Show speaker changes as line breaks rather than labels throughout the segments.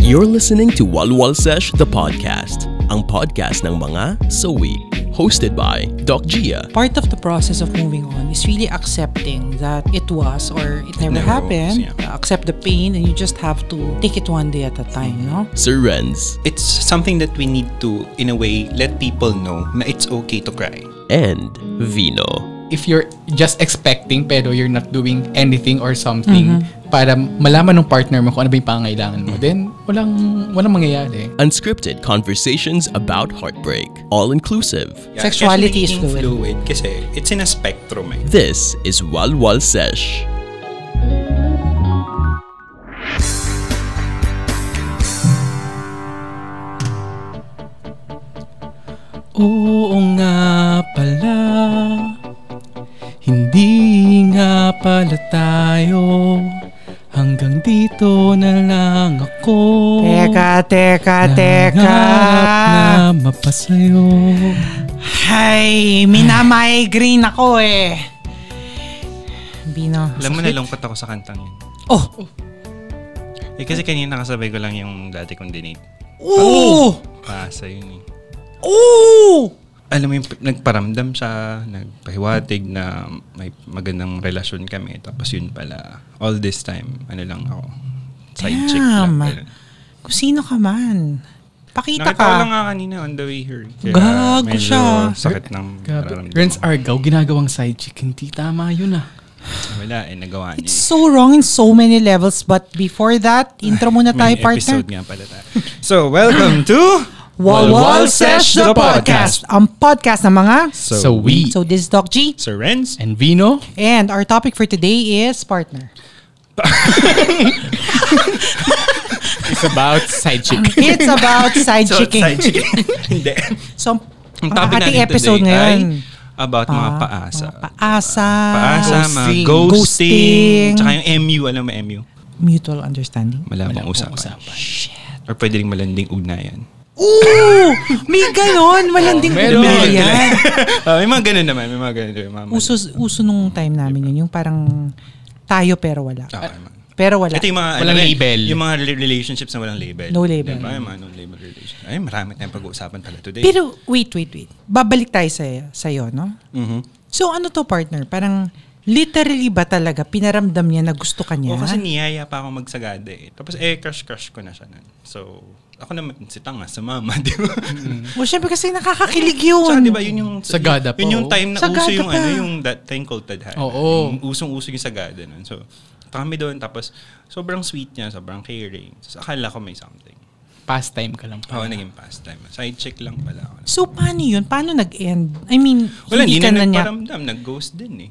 You're listening to Walwal Sesh the Podcast, ang podcast ng mga sawi. Hosted by Doc Gia.
part of the process of moving on is really accepting that it was or it never,
never
happened. Uh,
was, yeah.
Accept the pain and you just have to take it one day at a time, you know?
Sir Renz,
It's something that we need to, in a way, let people know na it's okay to cry.
and Vino.
if you're just expecting pero you're not doing anything or something para malaman ng partner mo kung ano ba yung pangangailangan mo, then walang, walang mangyayari.
Unscripted conversations about heartbreak, all inclusive.
Yeah,
Sexuality is
especially in
fluid.
fluid. Kasi it's in a spectrum eh.
This is Walwal Sesh.
Oo nga pala, hindi nga pala tayo, hanggang dito na lang ako.
teka,
Nangarap na mapasayo.
Hay, minamigraine ako eh. Bino.
Alam mo, nalungkot ako sa kantang yun.
Oh!
Eh, kasi kanina nakasabay ko lang yung dati kong dinate.
Oh!
Pasa yun eh.
Oh!
Alam mo yung p- nagparamdam siya, nagpahiwatig na may magandang relasyon kami. Tapos yun pala, all this time, ano lang ako, side chick lang.
Damn.
ganun.
Kung sino ka man. Pakita
Nakita ko lang
ka.
nga kanina on the way here.
Gago
medyo
siya.
sakit ng
Grabe.
nararamdaman
Renz
ko.
Argao, ginagawang side chick. Hindi tama yun ah.
Wala eh, nagawa niya.
It's so wrong in so many levels but before that, intro muna tayo
May
partner.
episode nga pala tayo. So, welcome to
Walwal Sesh the Podcast! Ang podcast ng mga...
So,
So we-
So this is Doc G.
Sir Renz,
And Vino,
And our topic for today is partner.
it's about side chick.
It's about side
So,
chicking.
side chicken. Hindi.
So, ang
Ang topic
Ah, ating
natin
episode
today ay
ngayon. Ah,
about mga paasa.
mga paasa.
Paasa, mga
Ghosting.
ghosting.
Ghosting.
Tsaka yung MU, alam mo MU?
Mutual understanding.
Malabang usapan.
Shit.
Or pwede rin malanding ugnayan.
Ooh! May ganon! Malanding
Oh, meron.
ugnayan. yan.
Ah, may mga ganun naman. May mga ganun naman. Mga
Uso, uso nung time namin yun. Yung parang tayo pero wala.
Okay, man.
Pero wala.
Ah. Ito yung mga,
Walang
ano rin,
label.
Yung mga rela- relationships na walang label.
No label.
Diba? Yung mga no-label relationships. Ay, marami tayong pag-uusapan pala today.
Pero wait, wait, wait. Babalik tayo sa sa'yo, no?
Mhm.
So ano to partner? Parang literally ba talaga pinaramdam niya na gusto ka niya?
O Oh, kasi niyaya pa ako magsagada eh. Tapos eh, crush-crush ko na siya nun. So, ako naman, si tanga, sa mama, di ba?
O syempre kasi nakakakilig yun.
Tsaka di ba, yun yung...
Sagada pa,
Yun yung
oo.
time na
oh. Sagada
uso yung,
pa.
ano, yung that thing called Ted Hannah.
Oo.
Yung usong-uso yung sagada nun. So, kami doon. Tapos, sobrang sweet niya, sobrang caring. So, akala ko may something.
Pastime ka lang
Oo,
Ah.
pala.
naging pastime. Side check lang pala ako.
So paano yun? Paano nag-end? I mean,
Wala,
hindi
hindi,
ka
na,
na, niya.
nagparamdam. Nag-ghost din eh.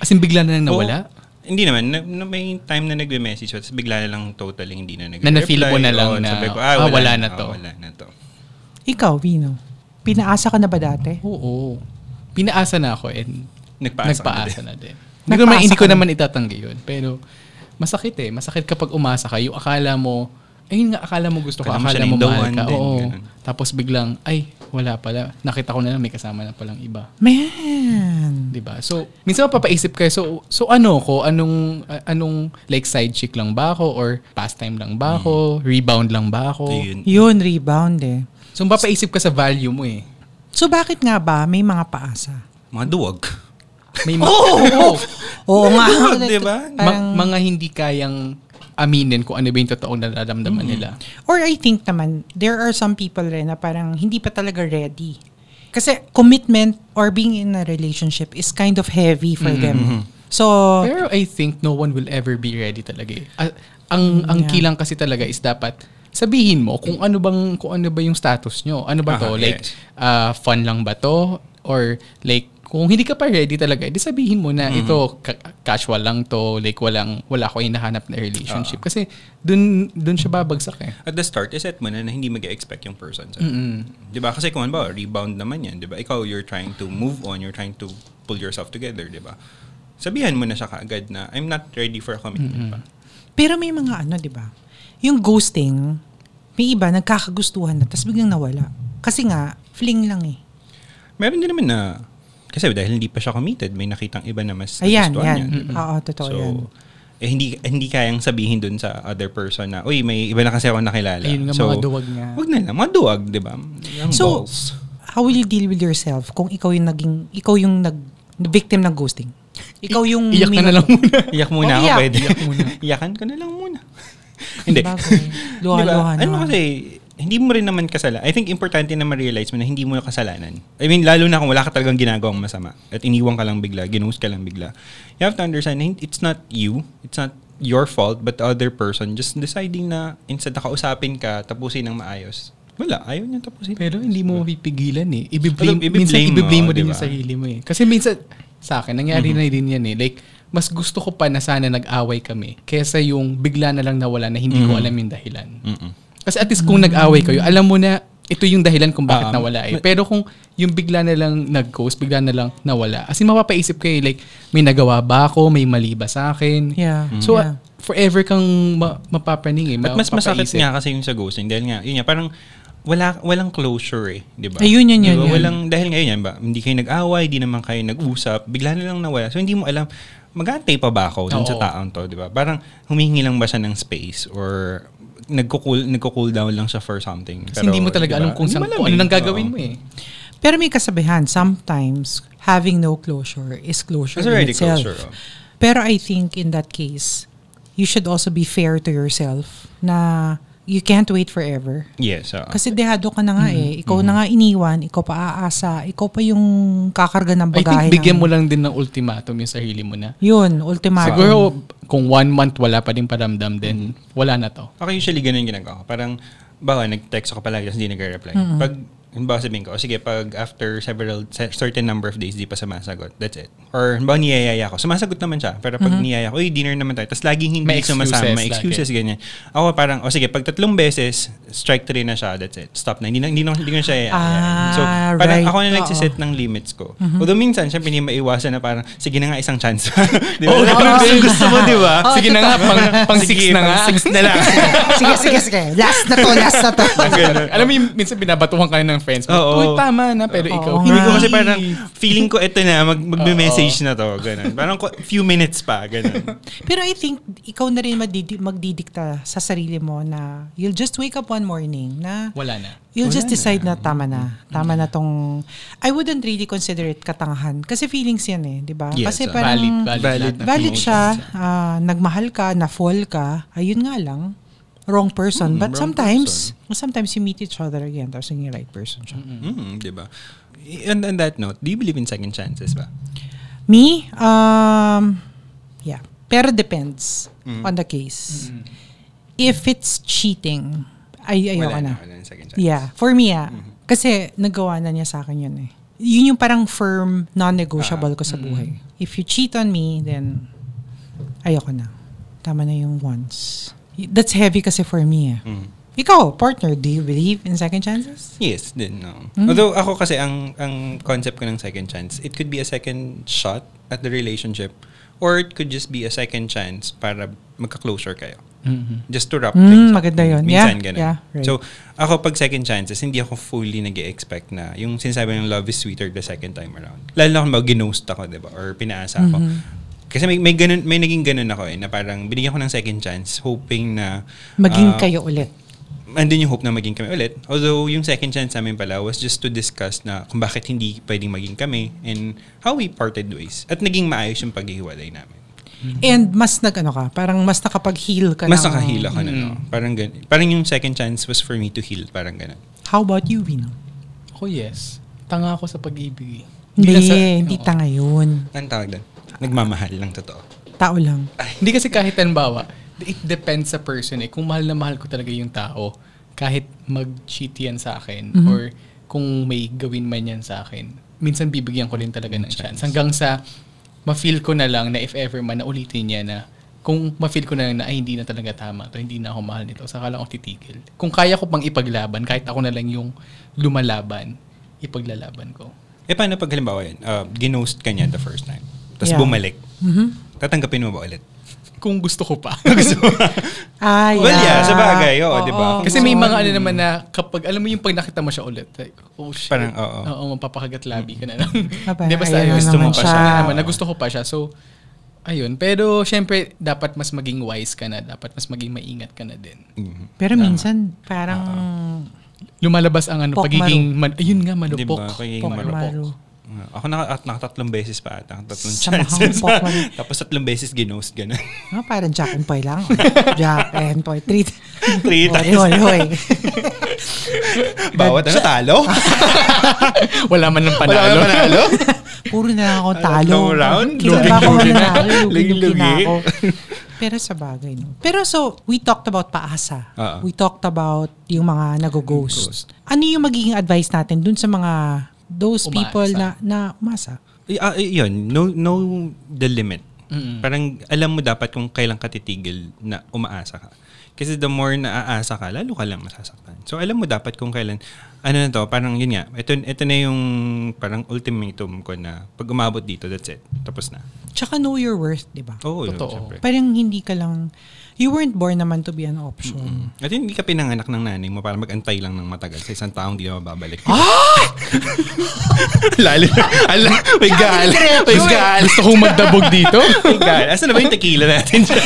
As in, bigla na lang nawala?
Oo. hindi naman. Na, na- may time na nagme-message ko, tapos bigla na lang totally hindi na nag-reply.
Na na-feel mo na lang
Oo,
na,
sabi ko,
ah, wala na to.
ah, wala na to.
Ikaw, Vino. Pinaasa ka na ba dati?
Oo. Pinaasa na ako and
Nagpaasa ka
nagpaasa
din.
na din. Hindi ko
Nagpaasa
naman, hindi ko
ka na.
naman itatanggi yun. Pero masakit eh. Masakit kapag umasa ka. Yung akala mo, ayun nga, akala mo gusto ka,
Akala mo siya
akala
na
mo
yung the
mahal
one
ka.
din,
Oo.
ganun.
Tapos biglang, ay, wala pala. Nakita ko na lang, may kasama na palang iba.
Man.
'di ba? So, minsan mapapaisip kayo, so so ano ko, anong a- anong like side chick lang ba ako or pastime lang ba ako,
Mm.
rebound lang ba ako?
So, yun.
Yun, rebound eh.
So, mapapaisip ka sa value mo eh.
So bakit nga ba may mga paasa?
Mga duwag.
May mga,
Oh!
Oo!
Oo nga.
Duwag, di ba?
Ma- mga hindi kayang aminin kung ano ba yung totoong nararamdaman nila.
Or I think naman, there are some people rin na parang hindi pa talaga ready. Kasi commitment or being in a relationship is kind of heavy for them.
Mm-hmm.
So,
Pero I think no one will ever be ready talaga. eh. Ah, ang ang
Mm, Yeah.
kilang kasi talaga is dapat sabihin mo kung ano bang kung ano ba yung status nyo. Ano ba to?
Aha,
like
yes.
ah, fun lang ba to or like kung hindi ka pa ready talaga, di sabihin mo na ito ka- casual lang to, like walang wala ko hinahanap na relationship kasi dun dun siya babagsak eh.
At the start, iset mo na na hindi mag expect yung person. Sa Di ba? Kasi kung ano ba, rebound naman yan. Di ba? Ikaw, you're trying to move on. You're trying to pull yourself together. Di ba? Sabihan mo na siya kaagad na, I'm not ready for a commitment pa.
pero may mga ano, di ba? Yung ghosting, may iba nagkakagustuhan na tapos biglang nawala. Kasi nga, fling lang eh.
Meron din naman na, kasi dahil hindi pa siya committed, may nakitang iba na mas
Ayan,
nagustuhan
yan.
niya, di ba?
Oo, totoo
so,
yan.
eh, hindi hindi kayang sabihin dun sa other person na, uy, may iba na kasi ako nakilala.
Ayun nga, mga duwag nga.
Wag na lang, mga duwag, di ba? Yung
Mm,
So,
balls.
how will you deal with yourself kung ikaw yung naging, ikaw yung nag, victim ng ghosting? Ikaw yung...
Iyak ka na
minum-
lang muna.
Iyak muna
Oh,
ako,
iyak.
pwede.
Iyak muna.
Iyakan ko na lang muna. hindi.
Bagay. Luha,
Diba?
luha,
Ano
luha.
kasi, hindi mo rin naman kasalanan. I think importante na ma-realize mo na hindi mo na kasalanan. I mean, lalo na kung wala ka talagang ginagawang masama at iniwan ka lang bigla, ginus ka lang bigla. You have to understand, hin- it's not you, it's not your fault, but the other person just deciding na instead na kausapin ka, tapusin ng maayos. Wala, ayaw niya tapusin.
Pero hindi mo mapipigilan eh. Ibiblame,
Alam, ibiblame
minsan
mo,
ibiblame mo,
di ba? Mm-hmm.
din yung sarili mo eh. Kasi minsan, sa akin, nangyari na din yan eh. Like, mas gusto ko pa na sana nag-away kami kesa yung bigla na lang nawala na hindi
Mm-hmm.
ko alam yung dahilan. Kasi at least kung nag-away kayo, alam mo na ito yung dahilan kung
Um,
bakit nawala eh. Pero kung yung bigla na lang nag-ghost, bigla na lang nawala. As in, mapapaisip kayo like, may nagawa ba ako? May mali ba sa akin?
Yeah.
So,
Yeah.
forever kang ma- mapapaning eh.
At mas masakit
mapapaisip.
nga kasi yung sa ghosting dahil nga, yun nga, parang wala walang closure eh, 'di ba?
Ayun, yun,
Di
yun,
ba?
yun.
Walang dahil ngayon yan ba, hindi kayo nag-away, hindi naman kayo nag-usap, bigla na lang nawala. So hindi mo alam mag-aantay pa ba ako dun sa
Oo.
taong to, 'di ba? Parang humihingi lang ba siya ng space or nagko-cool nagko-cool down lang siya for something.
Kasi hindi mo talaga alam kung, saan, kung ano nang gagawin mo eh.
Pero may kasabihan, sometimes having no closure is closure
That's
in
already
itself.
closure, oh.
Pero I think in that case, you should also be fair to yourself na you can't wait forever.
Yes. oo.
Kasi dehado ka na nga
Mm-hmm.
eh. Ikaw na nga iniwan, ikaw pa aasa, ikaw pa yung kakarga ng
I
bagahe. ng-
think bigyan mo lang din ng ultimatum yung sarili mo na.
Yun, ultimatum.
Siguro kung one month wala pa din paramdam, then wala na to.
Ako usually ganun yung ginagawa ko. Parang, bawa, nag-text ako palagi tapos hindi nagre-reply. Pag, halimbawa sabihin ko, o sige, pag after several, se- certain number of days, di pa sumasagot. That's it. Or, halimbawa, niyayaya ako. Sumasagot naman siya. Pero pag niyaya ako, uy, dinner naman tayo. Tapos laging hindi
Mm-hmm. May excuses
sumasama. May
lagi.
excuses, ganyan. Ako parang, o sige, pag tatlong beses, strike three na siya. That's it. Stop na. Hindi na, hindi na, hindi ko na siya yayayain.
Ah,
so, parang
right.
ako na
Oo.
nagsiset ng limits ko.
Mm-hmm.
Although minsan, syempre hindi maiwasan na parang, sige na nga, isang chance. di ba?
Oo,
Parang
ganun din.
gusto mo, di ba?
Oo,
Diba? Sige na nga, pang, pang six
Sige,
na
pang
nga.
Six na lang.
sige, sige, sige. Last na to, last na to.
Ang ganun.
Alam mo yung minsan binabatuhan kayo ng friends mo.
Oo.
Uy, tama na, pero ikaw.
nga.
Hindi ko kasi parang feeling ko ito na mag magme-message
Oo.
na to, ganun. Parang ko- few minutes pa, ganun.
Pero I think ikaw na rin madidi- magdidikta sa sarili mo na you'll just wake up one morning na
Wala na.
You'll
Wala
just decide na. tama na. Tama na tong... I wouldn't really consider it katangahan. Kasi feelings yan eh, di ba?
Yes,
Kasi
ah,
parang...
valid, valid.
valid.
lahat ng
valid
emotions.
siya. ah, nagmahal ka, na-fall ka. Ayun nga lang. Wrong person.
Mm,
But
wrong
sometimes, sometimes you meet each other again tapos naging right person siya.
Mm, 'di ba? And on that note, do you believe in second chances ba?
Me? Um, yeah. Pero depends on the case. If it's cheating, ay, ayoko
wala
na.
Wala na second chance.
Yeah. For me, ah.
Mm-hmm.
Kasi nagawa na niya sa akin yun eh. Yun yung parang firm, non-negotiable ko sa
Ah,
buhay.
mm-hmm.
If you cheat on me, then ayoko na. Tama na yung once. Y- That's heavy kasi for me eh.
Mm-hmm.
Ikaw, partner, do you believe in second chances?
Yes, din no.
Hmm.
Although ako kasi ang ang concept ko ng second chance, it could be a second shot at the relationship or it could just be a second chance para magka-closure kayo. Just to wrap
Mm,
things up.
maganda yun.
Minsan
Yeah,
ganun.
yeah, right.
So, ako pag second chances, hindi ako fully nag expect na yung sinasabi ng love is sweeter the second time around. Lalo na kung mag ginost ako, di ba? Or pinaasa ako.
Mm-hmm.
Kasi may, may, ganun, may naging ganun ako eh, na parang binigyan ko ng second chance hoping na
Maging
ah,
kayo ulit.
andun yung hope na maging kami ulit. Although, yung second chance namin pala was just to discuss na kung bakit hindi pwedeng maging kami and how we parted ways. At naging maayos yung paghihiwalay namin.
And mas nag, ano ka, parang mas nakapag-heal ka
mm-hmm. Mas
ng-
nakahila ka na, no? Parang ganun. Parang yung second chance was for me to heal. Parang ganun.
How about you, Vino?
Ako Oh, yes. Tanga ako sa pag-ibig. eh.
Hindi,
lang sa-
hindi
Oo.
tanga yun.
Anong tawag doon? Nagmamahal lang totoo.
Tao lang.
Hindi kasi kahit halimbawa, it depends sa person eh. Kung mahal na mahal ko talaga yung tao, kahit mag-cheat yan sa akin or kung may gawin man yan sa akin, minsan bibigyan ko rin talaga ng chance. Hanggang sa ma-feel ko na lang na if ever man na ulitin niya na kung ma-feel ko na lang na ay hindi na talaga tama to, hindi na ako mahal nito, saka lang ako titigil. Kung kaya ko pang ipaglaban, kahit ako na lang yung lumalaban, ipaglalaban ko.
Eh, paano pag halimbawa yun? Uh, ginost ka niya the first time. Tapos
Yeah. Mm-hmm.
bumalik. Tatanggapin mo ba ulit?
Kung gusto ko pa.
Ah,
Well, yeah. Sa bagay. Oo, di
Oh,
ba?
Kasi may mga ano naman na kapag, alam mo yung pag nakita mo siya ulit, like, oh shit.
Parang, oo.
Oo, mapapakagat labi ka na lang.
Ah, parang
Hindi, basta
ayaw
ayun,
na
gusto mo
naman
pa
siya.
siya. Naman, nagusto ko pa siya. So, Ayun, pero syempre dapat mas maging wise ka na, dapat mas maging maingat ka na din.
Mm-hmm.
Pero minsan, parang
Ah,
Lumalabas ang ano,
Pokmaru.
pagiging, man, ayun nga, malupok.
Diba? Pagiging
Pokmaru.
maru.
Ah, Ako naka, at nakatatlong beses pa ata. Tatlong
Sa mahang
chances.
popcorn.
Tapos tatlong beses ginost ganun.
Ah, parang Jack and Poy lang. Jack and Poy. Three,
Three
Hoy,
times.
hoy, hoy.
Bawat ano, talo?
Wala man ng
Wala
panalo.
ka panalo?
Puro na lang ako talo.
Tatlong round?
Kita ba ako
Lugi-lugi na.
mananalo? Lugi-lugi na
Lugi-lugi.
ako. Pero sa bagay, no? Pero so, we talked about paasa.
Oo.
We talked about yung mga nag-ghost. Ano yung magiging advice natin dun sa mga those
Umaasa.
people na, na umasa?
Y- ah, y- yun, know, know the limit.
Mm-mm.
Parang alam mo dapat kung kailan ka titigil na umaasa ka. Kasi the more na aasa ka, lalo ka lang masasaktan. So alam mo dapat kung kailan, ano na to, parang yun nga, ito, ito na yung parang ultimatum ko na pag umabot dito, that's it. Tapos na.
Tsaka know your worth, di ba?
Oo, yun,
Totoo.
syempre.
Parang hindi ka lang, you weren't born naman to be an option.
At yun, hindi ka pinanganak ng nanay mo para magantay lang ng matagal sa isang taong di na mababalik.
Ah!
Lalo. Ala, may gal. May gal.
Gusto kong magdabog dito.
May gal. Asan na ba yung tequila natin dyan?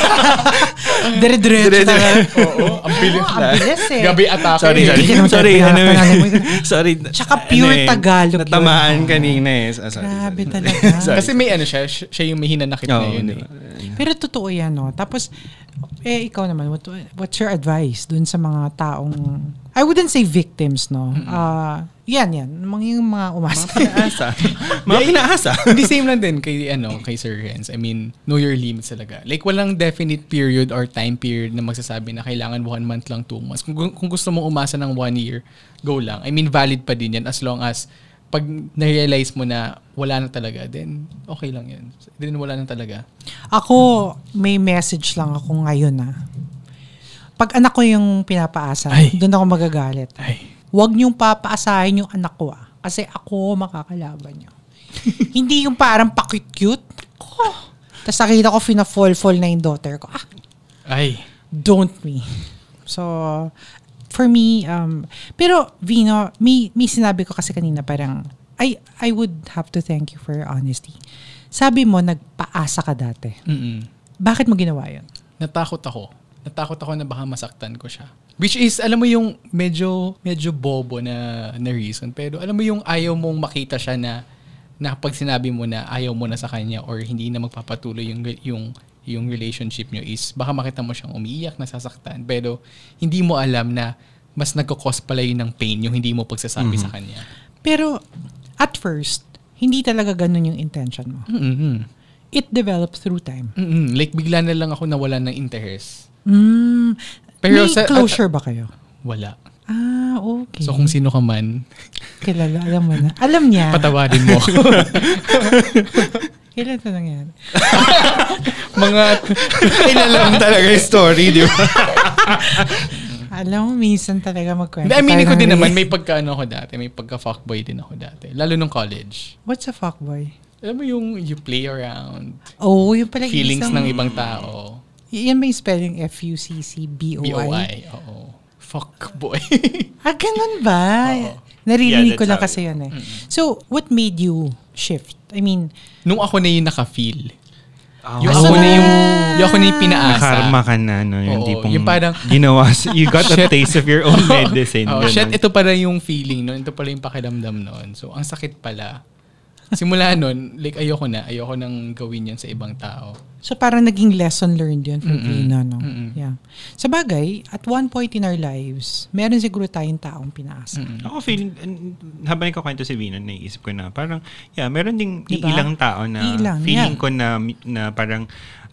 Dire-diretso talaga.
Oo, ang bilis.
Oo, ang bilis eh.
Gabi atake.
Sorry, sorry.
Hindi ka naman
sorry,
talaga
ano eh.
pinangalan mo yun.
sorry.
Tsaka pure
eh,
Tagalog yun.
Natamaan kanina eh. Ah, sorry,
Grabe
sorry.
talaga.
Sorry.
Kasi may ano siya, siya siya yung may hinanakit
Oo,
na yun.
di
Eh.
ba?
Pero totoo yan, no? Tapos, eh, ikaw naman, what, what's your advice dun sa mga taong, I wouldn't say victims, no? Ah, yan, yan. Mga yung mga umasa.
Pinaasa. Mga pinaasa.
Hindi same lang din kay ano kay Sir Renz. I mean, know your limits talaga. Like walang definite period or time period na magsasabi na kailangan one month lang, two months. Kung, gu- kung gusto mong umasa ng one year, go lang. I mean, valid pa din yan as long as pag na-realize mo na wala na talaga, then okay lang yan. Then wala na talaga.
Ako, may message lang ako ngayon, na Pag anak ko yung pinapaasa,
Ay.
doon ako magagalit.
Ay.
Huwag niyong papaasahin yung anak ko, ah. Kasi ako makakalaban niyo. Hindi yung parang pakit-cute. Ako. Tapos nakita ko fina-fall-fall na yung daughter ko. Ah,
Ay.
don't me. So, for me, um, pero Vino, may, may sinabi ko kasi kanina parang, I, I would have to thank you for your honesty. Sabi mo, nagpaasa ka dati.
Mm-mm.
Bakit mo ginawa yun?
Natakot ako. Natakot ako na baka masaktan ko siya. Which is, alam mo yung medyo, medyo bobo na, na reason. Pero alam mo yung ayaw mong makita siya na, na pag sinabi mo na ayaw mo na sa kanya or hindi na magpapatuloy yung, yung, yung relationship nyo is baka makita mo siyang umiiyak, nasasaktan. Pero hindi mo alam na mas nagkakos pala yun ng pain yung hindi mo pagsasabi sa kanya.
Pero, at first, hindi talaga ganun yung intention mo.
Mm-mm.
It developed through time.
Mm-mm. Like bigla na lang ako nawala ng interest.
Mm,
Pero
may
sa-
closure ba kayo?
Wala.
Ah, okay.
So kung sino ka man,
Kilala, alam mo na. Alam niya.
patawarin mo.
Kailan ito nangyari?
Mga
Kailalam talaga yung story, di ba?
Alam mo, minsan talaga magkwento.
Hindi, aminin
tayo
ko
ng
din naman,
may-
may pagkaano ako dati. May pagka-fuckboy din ako dati. Lalo nung college.
What's a fuckboy?
Alam mo yung you play around,
Oh, yung pala yung
feelings
isang-
ng ibang tao.
Y- Yan ba yung spelling F-U-C-C-B-O-I?
B-O-I. Oo. Fuckboy.
Ah, ganun ba?
Oo.
Naririnig
Yeah,
ko lang
that's
kasi yun eh. So, what made you shift? I mean,
nung ako na yung naka-feel. Yung
Ah, so
ako na yung,
na-
yung ako na yung pinaasa.
Karma ka na, no? Yung
Oo,
tipong
yung parang-
ginawa, you got a taste of your own medicine.
Oh,
Ganun.
shit, ito pala yung feeling noon. Ito pala yung pakiramdam noon. So, ang sakit pala. Simula noon, like ayoko na. Ayoko nang gawin yan sa ibang tao.
so parang naging lesson learned yun for
Mm-mm.
Vina, no?
Mm-mm.
Yeah. Sa bagay, at one point in our lives, meron siguro tayong taong pinaasa.
Ako feeling, n- habang nagkakwento si Vina, naiisip ko na parang, yeah, meron ding
Diba?
ilang tao na
Iilang,
feeling
yeah.
ko na, na parang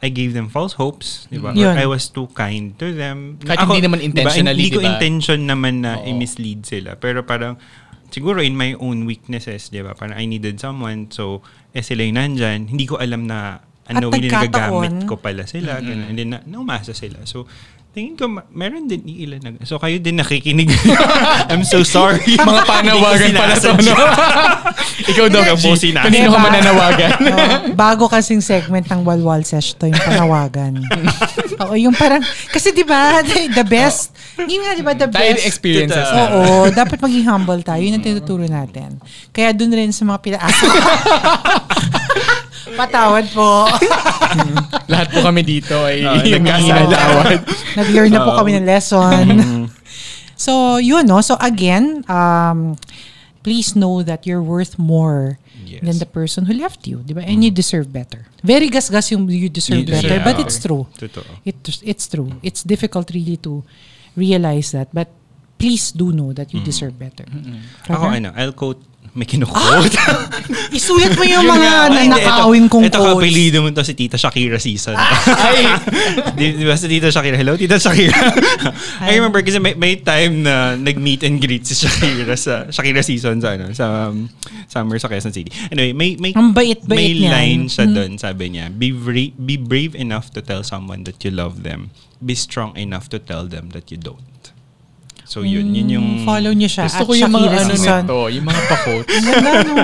I gave them false hopes, di ba?
Mm-hmm. Yun.
Or I was too kind to them.
Kahit hindi naman
diba,
intentionally,
Hindi ko
diba?
intention naman na
Oo.
i-mislead sila. Pero parang, siguro in my own weaknesses, di ba? Parang I needed someone, so eh sila yung nandyan. Hindi ko alam na ano
At
yung
nagkataon.
nagagamit ko pala sila. ganun. And then, na, naumasa sila. So, tingin ko, ma- meron din iilan na, so kayo din nakikinig. I'm so sorry.
Mga panawagan pala to, no? Ikaw daw,
Hindi ko
Kabusi
sinasadya.
Kanino ka
Diba?
mananawagan?
Oh, bago kasing segment ng Walwal Sesh to yung panawagan. Oo, yung parang, kasi di ba, the best, yun nga di ba, the
Dahil
best
experiences na.
Oo, dapat maging humble tayo. Yun ang tinuturo natin. Kaya dun rin sa mga pinaasa. Patawad po.
Lahat po kami dito ay
Ah,
yung
nagkasala.
nagkasala.
Nag-learn na po kami ng
Um,
lesson. so, yun, no? So, again, um, please know that you're worth more
Yes.
than the person who left you. Di ba? And you deserve better. Very gasgas yung you deserve
You deserve
better, but
better.
it's true.
Totoo.
It, it's true. It's difficult really to realize that. But please do know that you deserve better.
Mm. Ako
Okay?
ano, I'll quote, may kinukote.
Ah!
Isulat mo yung
Yun
mga
oh,
nga. Ay, hindi,
nanakawin kong Ah.
Ito
quotes.
kapilido mo to si Tita Shakira season. di, di ba si Tita Shakira? Hello, Tita Shakira. I remember kasi may, may time na nag-meet and greet si Shakira sa Shakira season sa ano, sa um, summer sa Quezon City. Anyway, may may
Ang bait-bait
may
niyan. Hmm.
line siya doon, sabi niya. Be, bra- be brave enough to tell someone that you love them. Be strong enough to tell them that you don't. So yun, yun yung
Hmm. Follow niyo siya. at
Gusto ko yung mga
Shakira
ano
Season.
nito, yung mga pa-quotes.
Wala, no?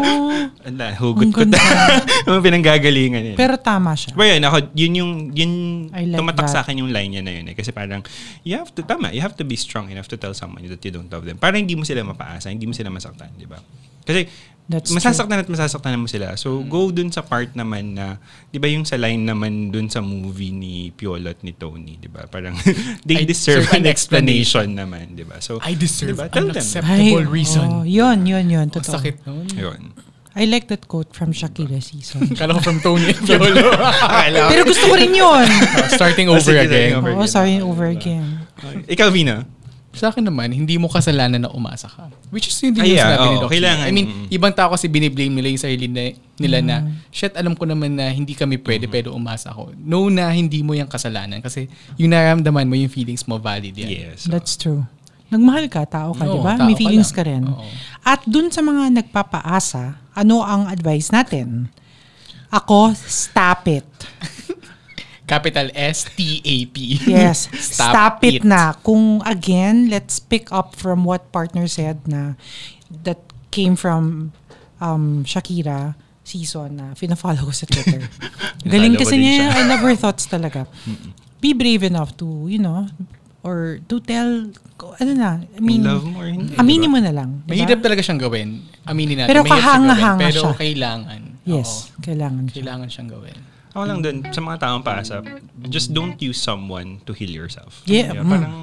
Ala, hugot
Ang
ko ta.
ganda.
Ang pinanggagalingan nila.
Pero tama siya.
Pero yun, ako, yun yung, yun,
I like
tumatak
that.
sa akin yung line niya na yun eh. Kasi parang, you have to, tama, you have to be strong enough to tell someone that you don't love them. Para hindi mo sila mapaasa, hindi mo sila masaktan, di ba? Kasi,
That's
masasaktan at masasaktan mo sila. So, go dun sa part naman na, di ba yung sa line naman dun sa movie ni Piolo at ni Tony, di ba? Parang, they
I
deserve
deserve
an
an
explanation naman, di ba? So,
I deserve
diba? Tell
an
them.
acceptable reason.
Oh, yun, yun, yun.
Ang
Totoo.
sakit nun.
yun.
I like that quote from Shakira season.
Kala ko from Tony and Piolo.
Pero gusto ko rin yun.
Starting
Oh,
over
sige,
again.
sige. Over
Oo,
again.
sorry, over again.
Ikaw, Vina?
Sa akin naman, hindi mo kasalanan na umasa ka. Which is hindi
Ay, Ah,
yung
yeah,
sinabi ni
oo,
Doc.
kailangan.
I mean,
Mm.
ibang tao kasi biniblame nila yung sarili na, nila na,
Mm.
shit, alam ko naman na hindi kami pwede,
Mm-hmm.
pero umasa ako. No na hindi mo yung kasalanan kasi yung naramdaman mo, yung feelings mo valid yan.
Yes.
That's true. Nagmahal ka, tao ka, di
Oo,
ba?
tao
May
ka
feelings ka, rin.
lang. Oo.
At dun sa mga nagpapaasa, ano ang advice natin? Ako, stop it.
Capital S-T-A-P.
Yes, stop, it. na. Kung again, let's pick up from what partner said na that came from um, Shakira season na fina-follow ko sa Twitter. Galing
Natalo ko
kasi
din
niya,
siya.
I love her thoughts talaga. Be brave enough to, you know, or to tell, ano na, I mean,
love mo or hindi,
aminin
diba?
mo na lang. diba?
Mahirap talaga siyang gawin. Aminin natin.
Pero
mahirap siyang
kahanga-hanga
gawin, Pero
siya.
kailangan.
Yes,
Oo,
kailangan siya.
kailangan siyang gawin.
Ako lang dun, sa mga taong paasa, just don't use someone to heal yourself.
Yeah,
Diba?
mm.
Parang,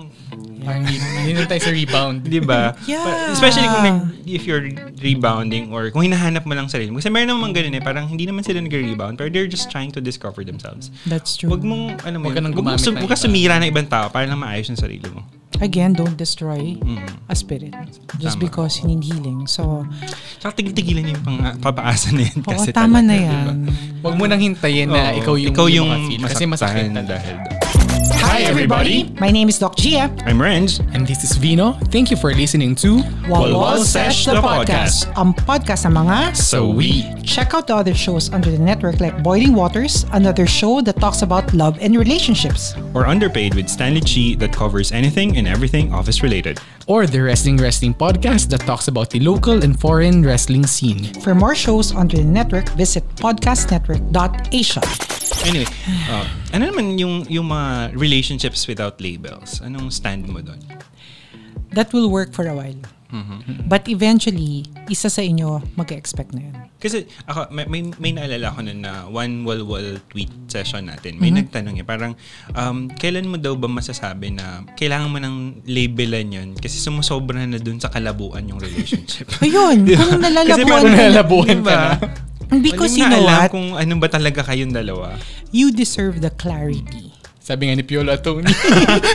Parang hindi na tayo sa rebound.
di ba?
Yeah.
Pa- Especially kung nag, if you're rebounding or kung hinahanap mo lang sarili mo. Kasi meron namang ganun eh, parang hindi naman sila nag-rebound, pero they're just trying to discover themselves.
That's true.
Huwag mong, alam mo,
Huwag ka nang
huwag mong
gumamit
sum-
ng
huwag ka
iba.
sumira ng ibang tao para lang maayos yung sarili mo.
Again, don't destroy a spirit just
Tama.
because you need healing. So,
Tsaka tigil-tigilan yung pang, ah, papaasa na yan.
oo,
Kasi
tama
talaga,
na
di ba?
yan.
Huwag mo nang hintayin na
Oo,
ikaw yung,
ikaw yung
makafeel. Kasi
masaktan
masakit na
dahil doon.
Hi, everybody!
My name is Doc Gia.
I'm Renz.
And this is Vino. Thank you for listening to
Walwal Sesh, the podcast.
Ang podcast ng mga...
So we
Check out the other shows under the network like Boiling Waters, another show that talks about love and relationships.
or Underpaid with Stanley Chi that covers anything and everything office related.
or the Wrestling Wrestling podcast that talks about the local and foreign wrestling scene.
For more shows under the network, visit podcastnetwork.asia.
Anyway, uh, ano naman yung, yung mga relationships without labels? Anong stand mo doon?
That will work for a while.
Mm-hmm.
But eventually, isa sa inyo mag-expect na yan.
Kasi ako, may, may, may naalala ko nun na one wall-wall tweet session natin. May
Mm-hmm.
nagtanong eh, parang um, kailan mo daw ba masasabi na kailangan mo nang labelan yun kasi sumusobra na dun sa kalabuan yung relationship.
Ayun,
Di ba?
kung
Kasi
nalalabuan ka
parang-
Kung
na-
nalalabuan ka na.
Because
Hindi
you
mo na
know
alam
what?
kung ano ba talaga kayong dalawa.
You deserve the clarity.
Sabi nga ni Piolo at Tony.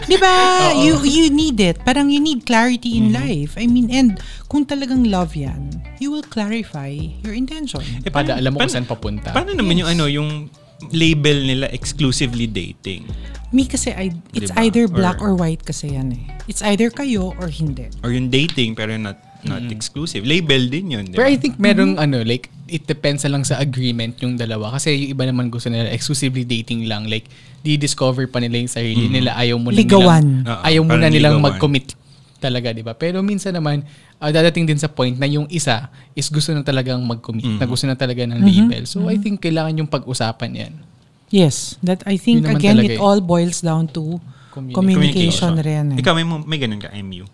Di ba? You, you need it. Parang you need clarity in life. I mean, and kung talagang love yan, you will clarify your intention.
Eh,
Para alam mo kung
paano-
saan papunta.
Paano naman yung ano, yung label nila exclusively dating?
Me kasi, I, it's
Di ba?
either black
Or-
or, white kasi yan eh. It's either kayo or hindi.
Or yung dating pero not not
Mm.
exclusive. Label din yun, di
Pero
ba?
I think merong ano, like, it depends na lang sa agreement yung dalawa. Kasi yung iba naman gusto nila exclusively dating lang. Like, di-discover pa nila yung sarili nila. Ayaw mo na
Ligawan.
Nilang,
Oo,
ayaw mo
parang
na nilang
ligawan.
mag-commit talaga, di ba? Pero minsan naman, ah, dadating din sa point na yung isa is gusto na talagang mag-commit. Na gusto na talaga ng label. So, I think kailangan yung pag-usapan yan.
Yes. That I think,
Yun naman
again, it
talaga eh.
all boils down to
Communi-
communication, rin eh.
Ikaw, may, mo- may ganun ka, MU.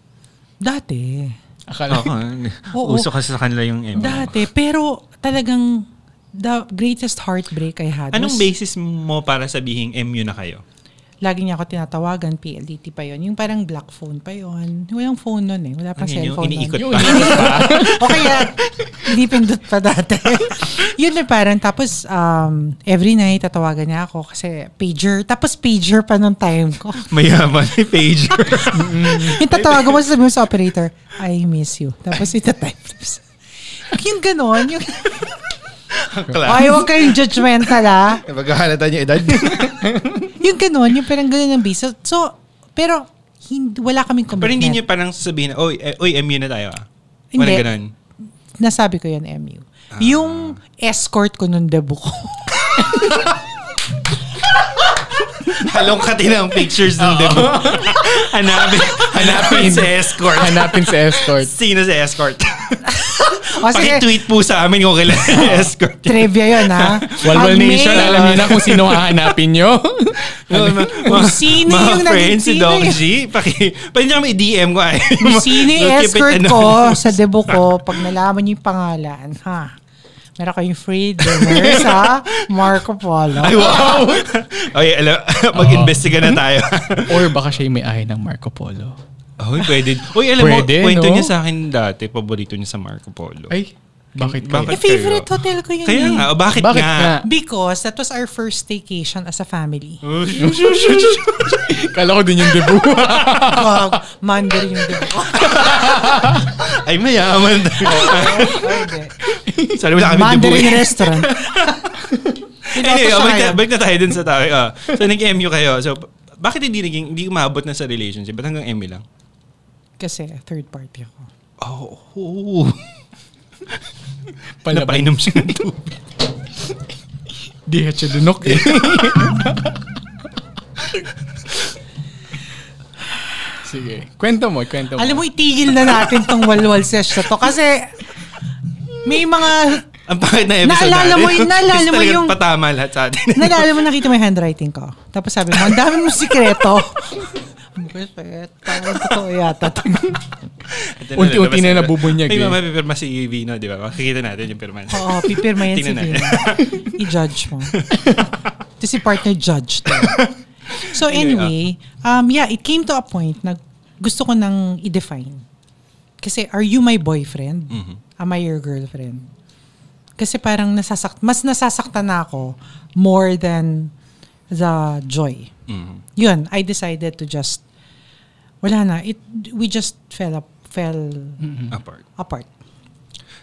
Dati.
Akala
Oo.
Oo.
Ano?
Uso kasi sa kanila yung MU.
Dati. Pero talagang the greatest heartbreak I had
Anong
was-
basis mo para sabihing MU na kayo?
lagi niya ako tinatawagan, PLDT pa yon Yung parang black phone pa yon Walang phone nun eh. Wala pang
Ang yun, yung
cellphone
iniikot
nun.
pa.
o kaya, pinipindot pa dati. yun na parang, tapos um, every night tatawagan niya ako kasi pager. Tapos pager pa nung time ko.
Mayaman, may pager.
yung tatawagan mo, sabi mo sa operator, I miss you. Tapos itatype. Tapos, yung ganon, yung,
Class.
ay, huwag kayong judgmental ah.
Napagkakalata niyo edad.
Yung ganon, yung parang ganon ang bisa. So, pero, hindi, wala kaming commitment.
Pero hindi niya parang sabihin, oy, eh, oy, MU na tayo ah.
Hindi.
Walang ganun.
Nasabi ko yun, MU. Yung
Ah.
escort ko nung debut ko.
Halong ka ng pictures ng demo. hanapin, hanapin sa escort.
Hanapin sa escort.
Sino sa escort?
o sige,
Pakitweet po sa amin kung kailan sa escort.
trivia yun ha.
Walwal
Pag
Nation,
may-
alam niyo na kung sino ang hahanapin niyo.
Kung
Ano, sino yung
friends, si
naging-
Doc
sino
G, paki, pwede niya kami i-DM ko. ay.
Sino yung
We'll keep it
escort
ano.
ko
anonymous.
sa debut ko pag nalaman niyo yung pangalan ha? Meron kayong free dinner sa Marco Polo.
Ay, wow! okay, alam, mag-investiga na tayo.
Or baka siya yung may-ari ng Marco Polo.
Uy, pwede. Uy, alam
Pwede,
mo, kwento
no?
niya sa akin dati, paborito niya sa Marco Polo.
Ay,
Eh,
bakit kayo?
Bakit?
favorite hotel ko yun.
oh. Kaya
eh.
nga, oh. o, bakit,
Bakit
nga?
nga?
Because that was our first staycation as a family.
Kala ko din yung debut.
Wow, Mandarin yung debut ko.
Ay, mayaman.
Pwede.
Sorry, wala kami
Mandarin
dibuhin.
restaurant.
Anyway,
Tapos
oh, balik,
tayo.
na, balik na tayo dun sa tayo. Ah, so, nag-MU kayo. So, bakit hindi naging, hindi umabot na sa relationship? Ba't hanggang MU lang?
Kasi third party ako.
Oh, oh.
Palaban.
Napainom siya ng tubig.
Di at siya dunok eh. Sige. Kwento mo, kwento mo.
Alam mo, itigil na natin tong walwal sesh na to. Kasi may mga...
Ang pangit na episode
Naalala
natin.
mo yun, naalala
Kasi
mo
talagang
yung-
patama lahat sa atin.
Nalala mo, nakita mo yung handwriting ko. Tapos sabi mo, ang dami mong sikreto. Parang totoo yata. to.
Ito
Unti-unti na
labas-
nabubunyag
May
eh.
mga pipirma si Vino, di ba? Makikita natin yung pirma niya.
Oo, pipirma yan si
Tingnan
Vino.
natin.
I-judge mo. Ito si partner judge to. So anyway,
ah.
um, yeah, it came to a point na gusto ko nang i-define. Kasi, are you my boyfriend?
Mm-hmm.
Am I your girlfriend? Kasi parang nasasak mas nasasaktan na ako more than the joy.
Mm-hmm.
Yun, I decided to just, wala na, it, we just fell up, fell
Apart.
apart.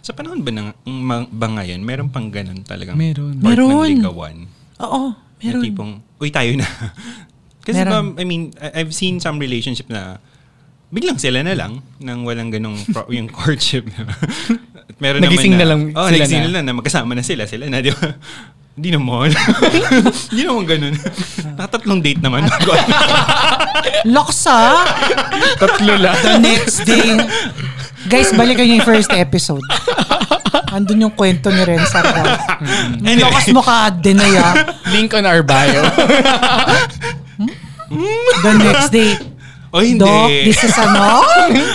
Sa panahon ba, ng, ma- ba ngayon, meron pang ganun talagang
Meron.
part
Meron.
ng ligawan?
Oo, meron.
Na tipong, uy, tayo na. Kasi ba,
Meron.
I mean, I- I've seen some relationship na biglang sila na lang nang walang ganong pro- yung courtship. di ba? At meron
Nagising na lang
naman oh,
sila
nagising
na.
na. lang na magkasama na sila. Sila na, di ba? Hindi naman. Hindi naman ganun. Nakatatlong date naman.
Loksa!
Tatlo lang.
The next day. Guys, balikan niyo yung first episode. Andun yung kwento ni Ren Sarga.
Anyway.
Lakas eh, mo ka, denaya.
Link on our bio.
The next day.
o Oh, hindi.
Doc, this is ano?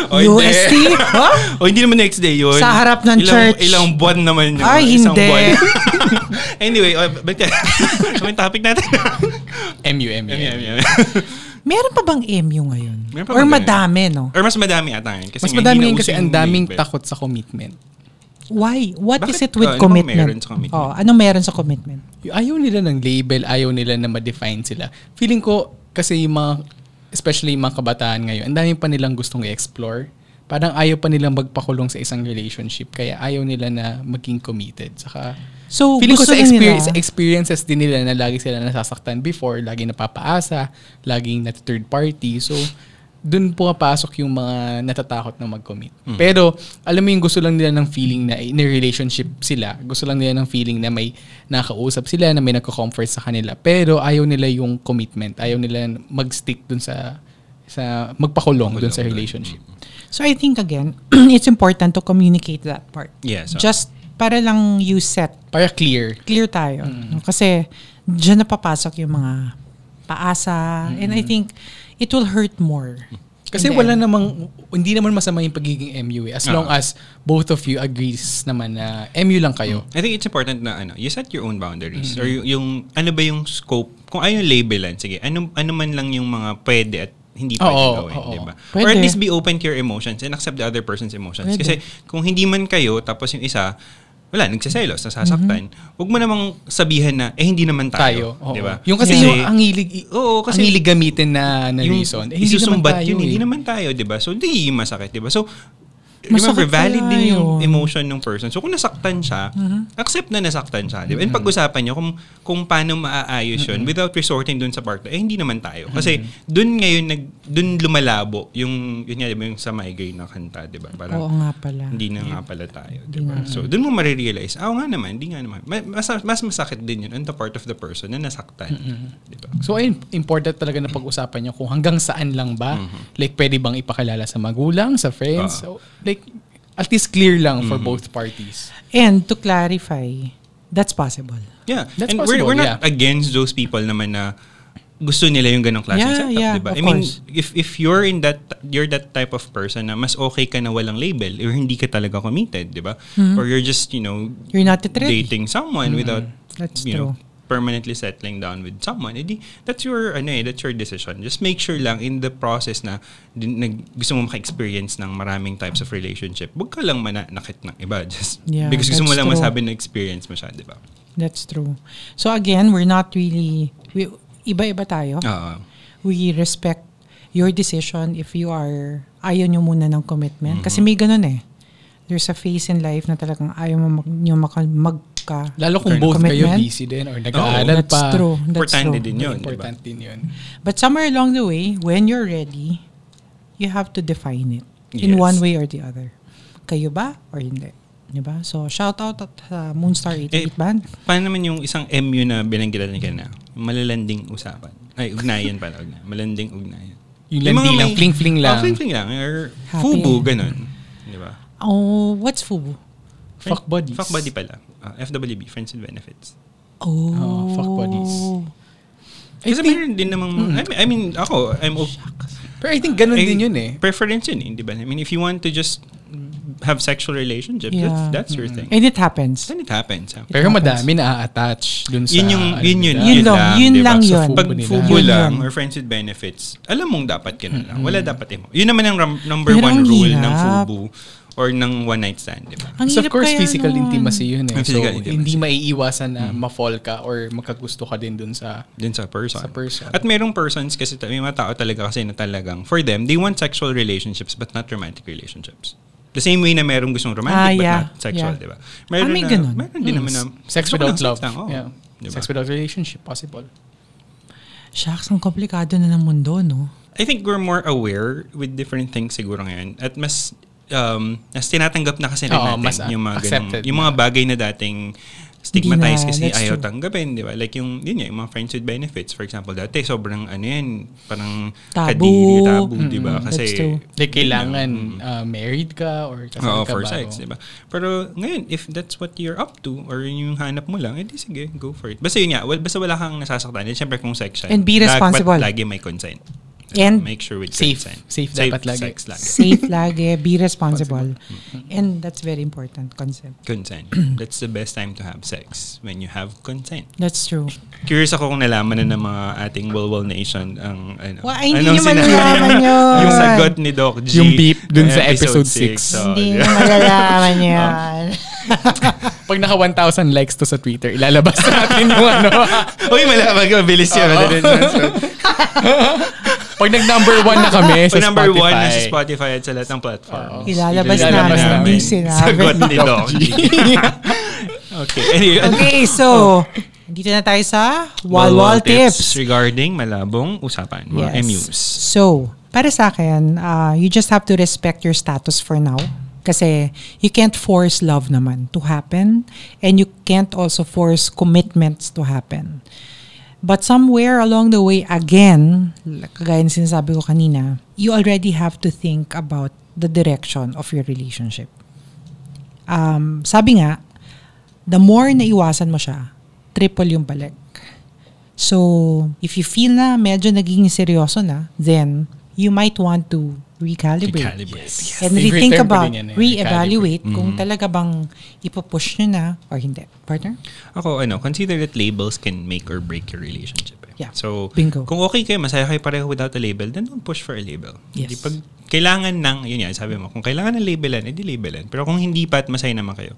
Oy, hindi.
UST? Huh?
O Oh, hindi naman next day yun.
Sa harap ng
ilang,
church.
Ilang buwan naman yun.
Ay,
Isang
hindi.
buwan. anyway, oh, balik tayo. Ano yung topic natin?
MU, MU.
Yan, yan, yan.
Meron pa bang MU ngayon?
Meron pa
Or
ba ganun?
madami, no?
Or mas madami ata ngayon. Kasi
Mas
nga,
madami
hindi
yun
na
kasi
uso
ang
yung
daming
label.
takot sa commitment.
Why? What is it
Bakit?
with
Oh, ano
commitment?
meron sa commitment?
Oh, ano meron sa commitment?
Ayaw nila ng label, ayaw nila na ma-define sila. Feeling ko kasi yung mga, especially yung mga kabataan ngayon, ang dami pa nilang gustong i-explore. Parang ayaw pa nilang magpakulong sa isang relationship, kaya ayaw nila na maging committed. Saka,
So,
feeling ko
gusto na
sa,
nila-
experience, sa experiences din nila na lagi sila nasasaktan before, lagi napapaasa, laging nat third party. So, dun pumapasok yung mga natatakot na mag-commit. Pero, alam mo yung gusto lang nila ng feeling na in a relationship sila. Gusto lang nila ng feeling na may nakausap sila, na may nagko-comfort sa kanila. Pero, ayaw nila yung commitment. Ayaw nila mag-stick dun sa sa magpakulong dun sa relationship.
So I think again, it's important to communicate that part.
Yes, oh.
Just para lang you set
Para clear.
clear tayo.
Mm.
no? Kasi dyan na papasok yung mga paasa. And I think it will hurt more
Kasi
In the
wala
end.
namang, hindi naman masama yung pagiging MU eh. As long
Ah.
as both of you agrees naman na MU lang kayo.
I think it's important na ano, you set your own boundaries
Mm-hmm.
or yung, yung ano ba yung scope. Kung ayaw yung labelan, sige, ano, ano man lang yung mga pwede at hindi pwede
Oo,
gawin,
oo.
di ba?
Pwede.
Or at least be open to your emotions and accept the other person's emotions.
Pwede.
Kasi kung hindi man kayo, tapos yung isa, wala, nagsiselos, nasasaktan, huwag mo namang sabihan na, eh, hindi naman
Mm-hmm. Tayo.
tayo.
oo.
di ba?
Yung kasi yung ang hilig,
Oo, kasi-
ang hilig gamitin na, na
yung
reason. Eh, hindi naman
isusumbat
tayo
yun,
eh.
hindi naman tayo, di ba? So, hindi yung masakit, di ba? So, remember,
Masakit
valid
kaya
din yung
yun.
emotion ng person. So, kung nasaktan siya,
Mm-hmm.
accept na nasaktan siya, di ba? And pag-usapan niyo kung, kung paano maaayos yun without resorting dun sa part na, eh, hindi naman tayo. Kasi, dun ngayon, nag, dun lumalabo yung, yun nga, di ba, yung sa migraine na kanta, di ba? Parang,
Oo nga pala.
hindi na nga pala tayo. Di ba? So, dun mo marirealize, ah, oo nga naman, hindi nga naman. Ma- Mas, mas masakit din yun on the part of the person na nasaktan. Di ba?
So, ayun, important talaga na pag-usapan niyo kung hanggang saan lang ba.
Mm-hmm.
Like, pwede bang ipakilala sa magulang, sa friends?
Ah.
So, like, at least clear lang
Mm-hmm.
for both parties.
And to clarify, that's possible.
Yeah.
That's
and
possible,
we're, we're not
yeah.
against those people naman na gusto nila yung ganong klaseng
Yeah,
setup,
yeah,
diba?
of
I mean,
course.
if if you're in that you're that type of person na mas okay ka na walang label or hindi ka talaga committed, 'di ba? Or you're just, you know,
Hmm. You're not yet ready.
dating someone without
Hmm. That's
you know,
true.
permanently settling down with someone. Edi, that's your ano eh, that's your decision. Just make sure lang in the process na, din, nag, gusto mo maka-experience ng maraming types of relationship. Huwag ka lang mananakit ng iba just
Yeah,
because gusto mo
that's
lang
true.
masabi na experience mo siya, 'di ba?
That's true. So again, we're not really, we, iba-iba tayo.
Ah.
Oo.
We respect your decision if you are, ayaw nyo muna ng commitment.
Mm-hmm.
Kasi may ganun eh. There's a phase in life na talagang ayaw mo mag, nyo maka, magka.
Lalo kung both kayo
Commitment?
busy din or nag-aaral
That's
pa.
true. That's
Importante
true.
din yun, di ba?
Important din yun.
But somewhere along the way, when you're ready, you have to define it
Yes.
in one way or the other. Kayo ba or hindi? Diba? So, shout out at uh, Moonstar 88
Eh,
Band.
Paano naman yung isang MU na binanggit natin kanina? Malalanding usapan. Ay, ugnayan pala. Ugnayan. Malanding ugnayan.
Yung landi
mga
lang,
may-
fling-fling lang.
Oh, fling-fling lang. Or
Happy.
FUBU, ganun. Di ba?
Oh, what's FUBU?
Fuck buddies.
Fuck buddy pala. Ah, FWB, Friends with Benefits.
Oh.
Oh, fuck buddies.
Kasi mayroon din namang, I, mean, I mean, ako, I'm o-
Pero I think
eh,
ganun Mm-hmm. din yun eh.
Preference yun eh, di ba? I mean, if you want to just have sexual relationships,
Yeah.
that's, that's your
Mm-hmm.
thing.
And it happens.
Then it happens. ha?
Pero
happens.
madami na attach dun sa...
Yun yung,
ano
yun yun.
nila.
Yun lang, yun
di ba?
lang
So,
yun.
Pag
Fubo
fubo
nila.
lang
Yun.
or friends with benefits, alam mong dapat ka na lang. Wala dapat emo. Yun naman ang ram- number
Pero
one
ang
rule
hirap.
ng fubo or ng one night stand, di ba?
Ang
So, of
hirap
course,
kaya
physical
nun.
intimacy yun eh.
Ang
So,
physical intimacy. Mm.
hindi maiiwasan na ma-fall ka or magkagusto ka din dun sa...
Din sa person.
Sa person.
At merong persons kasi ta- may mga tao talaga kasi na talagang for them, they want sexual relationships but not romantic relationships. The same way na merong gustong
Ah,
romantic but
yeah.
not sexual,
Yeah.
di ba?
Ah, may
na-
ganun.
Meron din naman na
Mm. Sex
gusto ko
without
lang,
love.
lang, oo. Diba?
yeah.
Di ba?
Sex without relationship, possible.
Shucks, ang komplikado na ng mundo, no?
I think we're more aware with different things siguro ngayon. At mas, um, mas tinatanggap na kasi rin
Oo,
natin
mas
yung mga,
accepted
ganung- yung mga bagay na dating
Hindi
stigmatized
na,
kasi
that's
ayaw
true.
tanggapin, di ba? Like yung, yun nga, yung mga friends with benefits, for example, dati sobrang ano yan, parang
Tabu.
kadiri, tabu, di ba?
Mm,
Kasi,
that's true.
Like,
you know,
kailangan uh, married ka or kasal
Oo,
ka
for
ba?
sex, diba?
Oo.
di ba? Pero ngayon, if that's what you're up to or yun yung hanap mo lang, edi sige, go for it. Basta yun nga, well, basta wala kang nasasaktan. And syempre kung sex siya.
And be
dapat
responsible.
Lagi may consent. Diba?
And
make sure with
safe.
consent.
Safe dapat lagi.
Sex lagi.
Safe lagi, be responsible. And that's very important concept.
Consent. That's the best time to have sex when you have consent.
That's true.
Curious ako kung nalaman na ng mga ating Wilwil Nation ang ano.
Well, ay, hindi
anong
nyo
sinabi-
malalaman yun.
yung sagot ni Doc G.
Yung beep dun sa episode
six.
six.
So,
Hindi
yeah.
na malalaman yan.
Pag naka 1,000 likes to sa Twitter, ilalabas natin yung ano.
Uy, malaman ko. Bilis yun.
Pag nag number one na kami sa
Sa number
Spotify.
one na sa Spotify at sa lahat ng platforms.
Oo.
Ilalabas
Ilalabas
namin.
namin.
Hindi sinabi.
Sagot ni Doc G. okay. Anyway, ano-
Okay, so, dito na tayo sa Wall Wall Tips.
regarding malabong usapan, mga MUs.
So, para sa akin, uh, you just have to respect your status for now. Kasi you can't force love naman to happen and you can't also force commitments to happen. But somewhere along the way, again, kagaya ng sinasabi ko kanina, you already have to think about the direction of your relationship. Um, sabi nga, the more na iwasan mo siya, triple yung balik. So, if you feel na medyo naging seryoso na, then you might want to recalibrate.
Recalibrate. Yes.
And
Favorite
rethink
term ko
about,
din yan eh, Mm-hmm.
reevaluate kung talaga bang ipopush nyo na or hindi. Partner?
Ako, ano, consider that labels can make or break your relationship. eh.
Yeah.
So,
Bingo.
kung okay kayo, masaya kayo pareho without a label, then don't push for a label.
Yes.
Di pag kailangan ng, yun yan, sabi mo, kung kailangan ng labelan, edi labelan. Pero kung hindi pa at masaya naman kayo,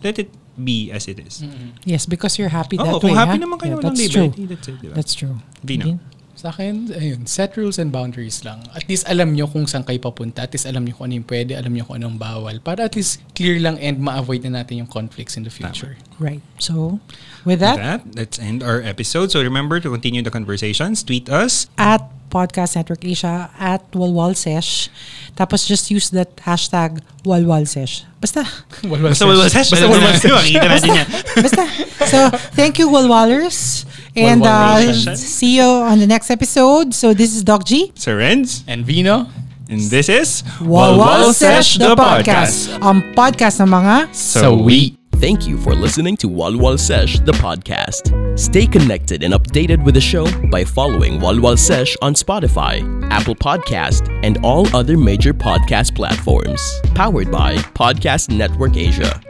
let it be as it is.
Yes, because you're happy Mm-hmm. that
Oo,
way.
Oh, kung happy
ha?
naman kayo
Yeah,
walang
that's
label,
true.
edi that's it, di ba?
That's true.
Vino.
Vin?
Sa akin, ayun, set rules and boundaries lang. At least alam nyo kung saan kayo papunta. At least alam nyo kung ano yung pwede, alam nyo kung anong bawal. Para at least clear lang and ma-avoid na natin yung conflicts in the future.
Right. So, with
With
that,
that, let's end our episode. So remember to continue the conversations. Tweet us.
at Podcast Network Asia, at Walwal Sesh. Tapos just use that hashtag Walwal Sesh. Basta.
Walwal
Basta
sesh.
walwal sesh. Basta walwal sesh. Makikita natin yan.
Basta. So, thank you, Walwalers. And uh,
Walwalation.
see you on the next episode. So, this is Doc G.
So Renz,
And Vino,
and this is
Walwal Sesh, the podcast. Ang podcast ng mga
so we.
Thank you for listening to Walwal Sesh, the podcast. Stay connected and updated with the show by following Walwal Sesh on Spotify, Apple Podcast, and all other major podcast platforms. Powered by Podcast Network Asia.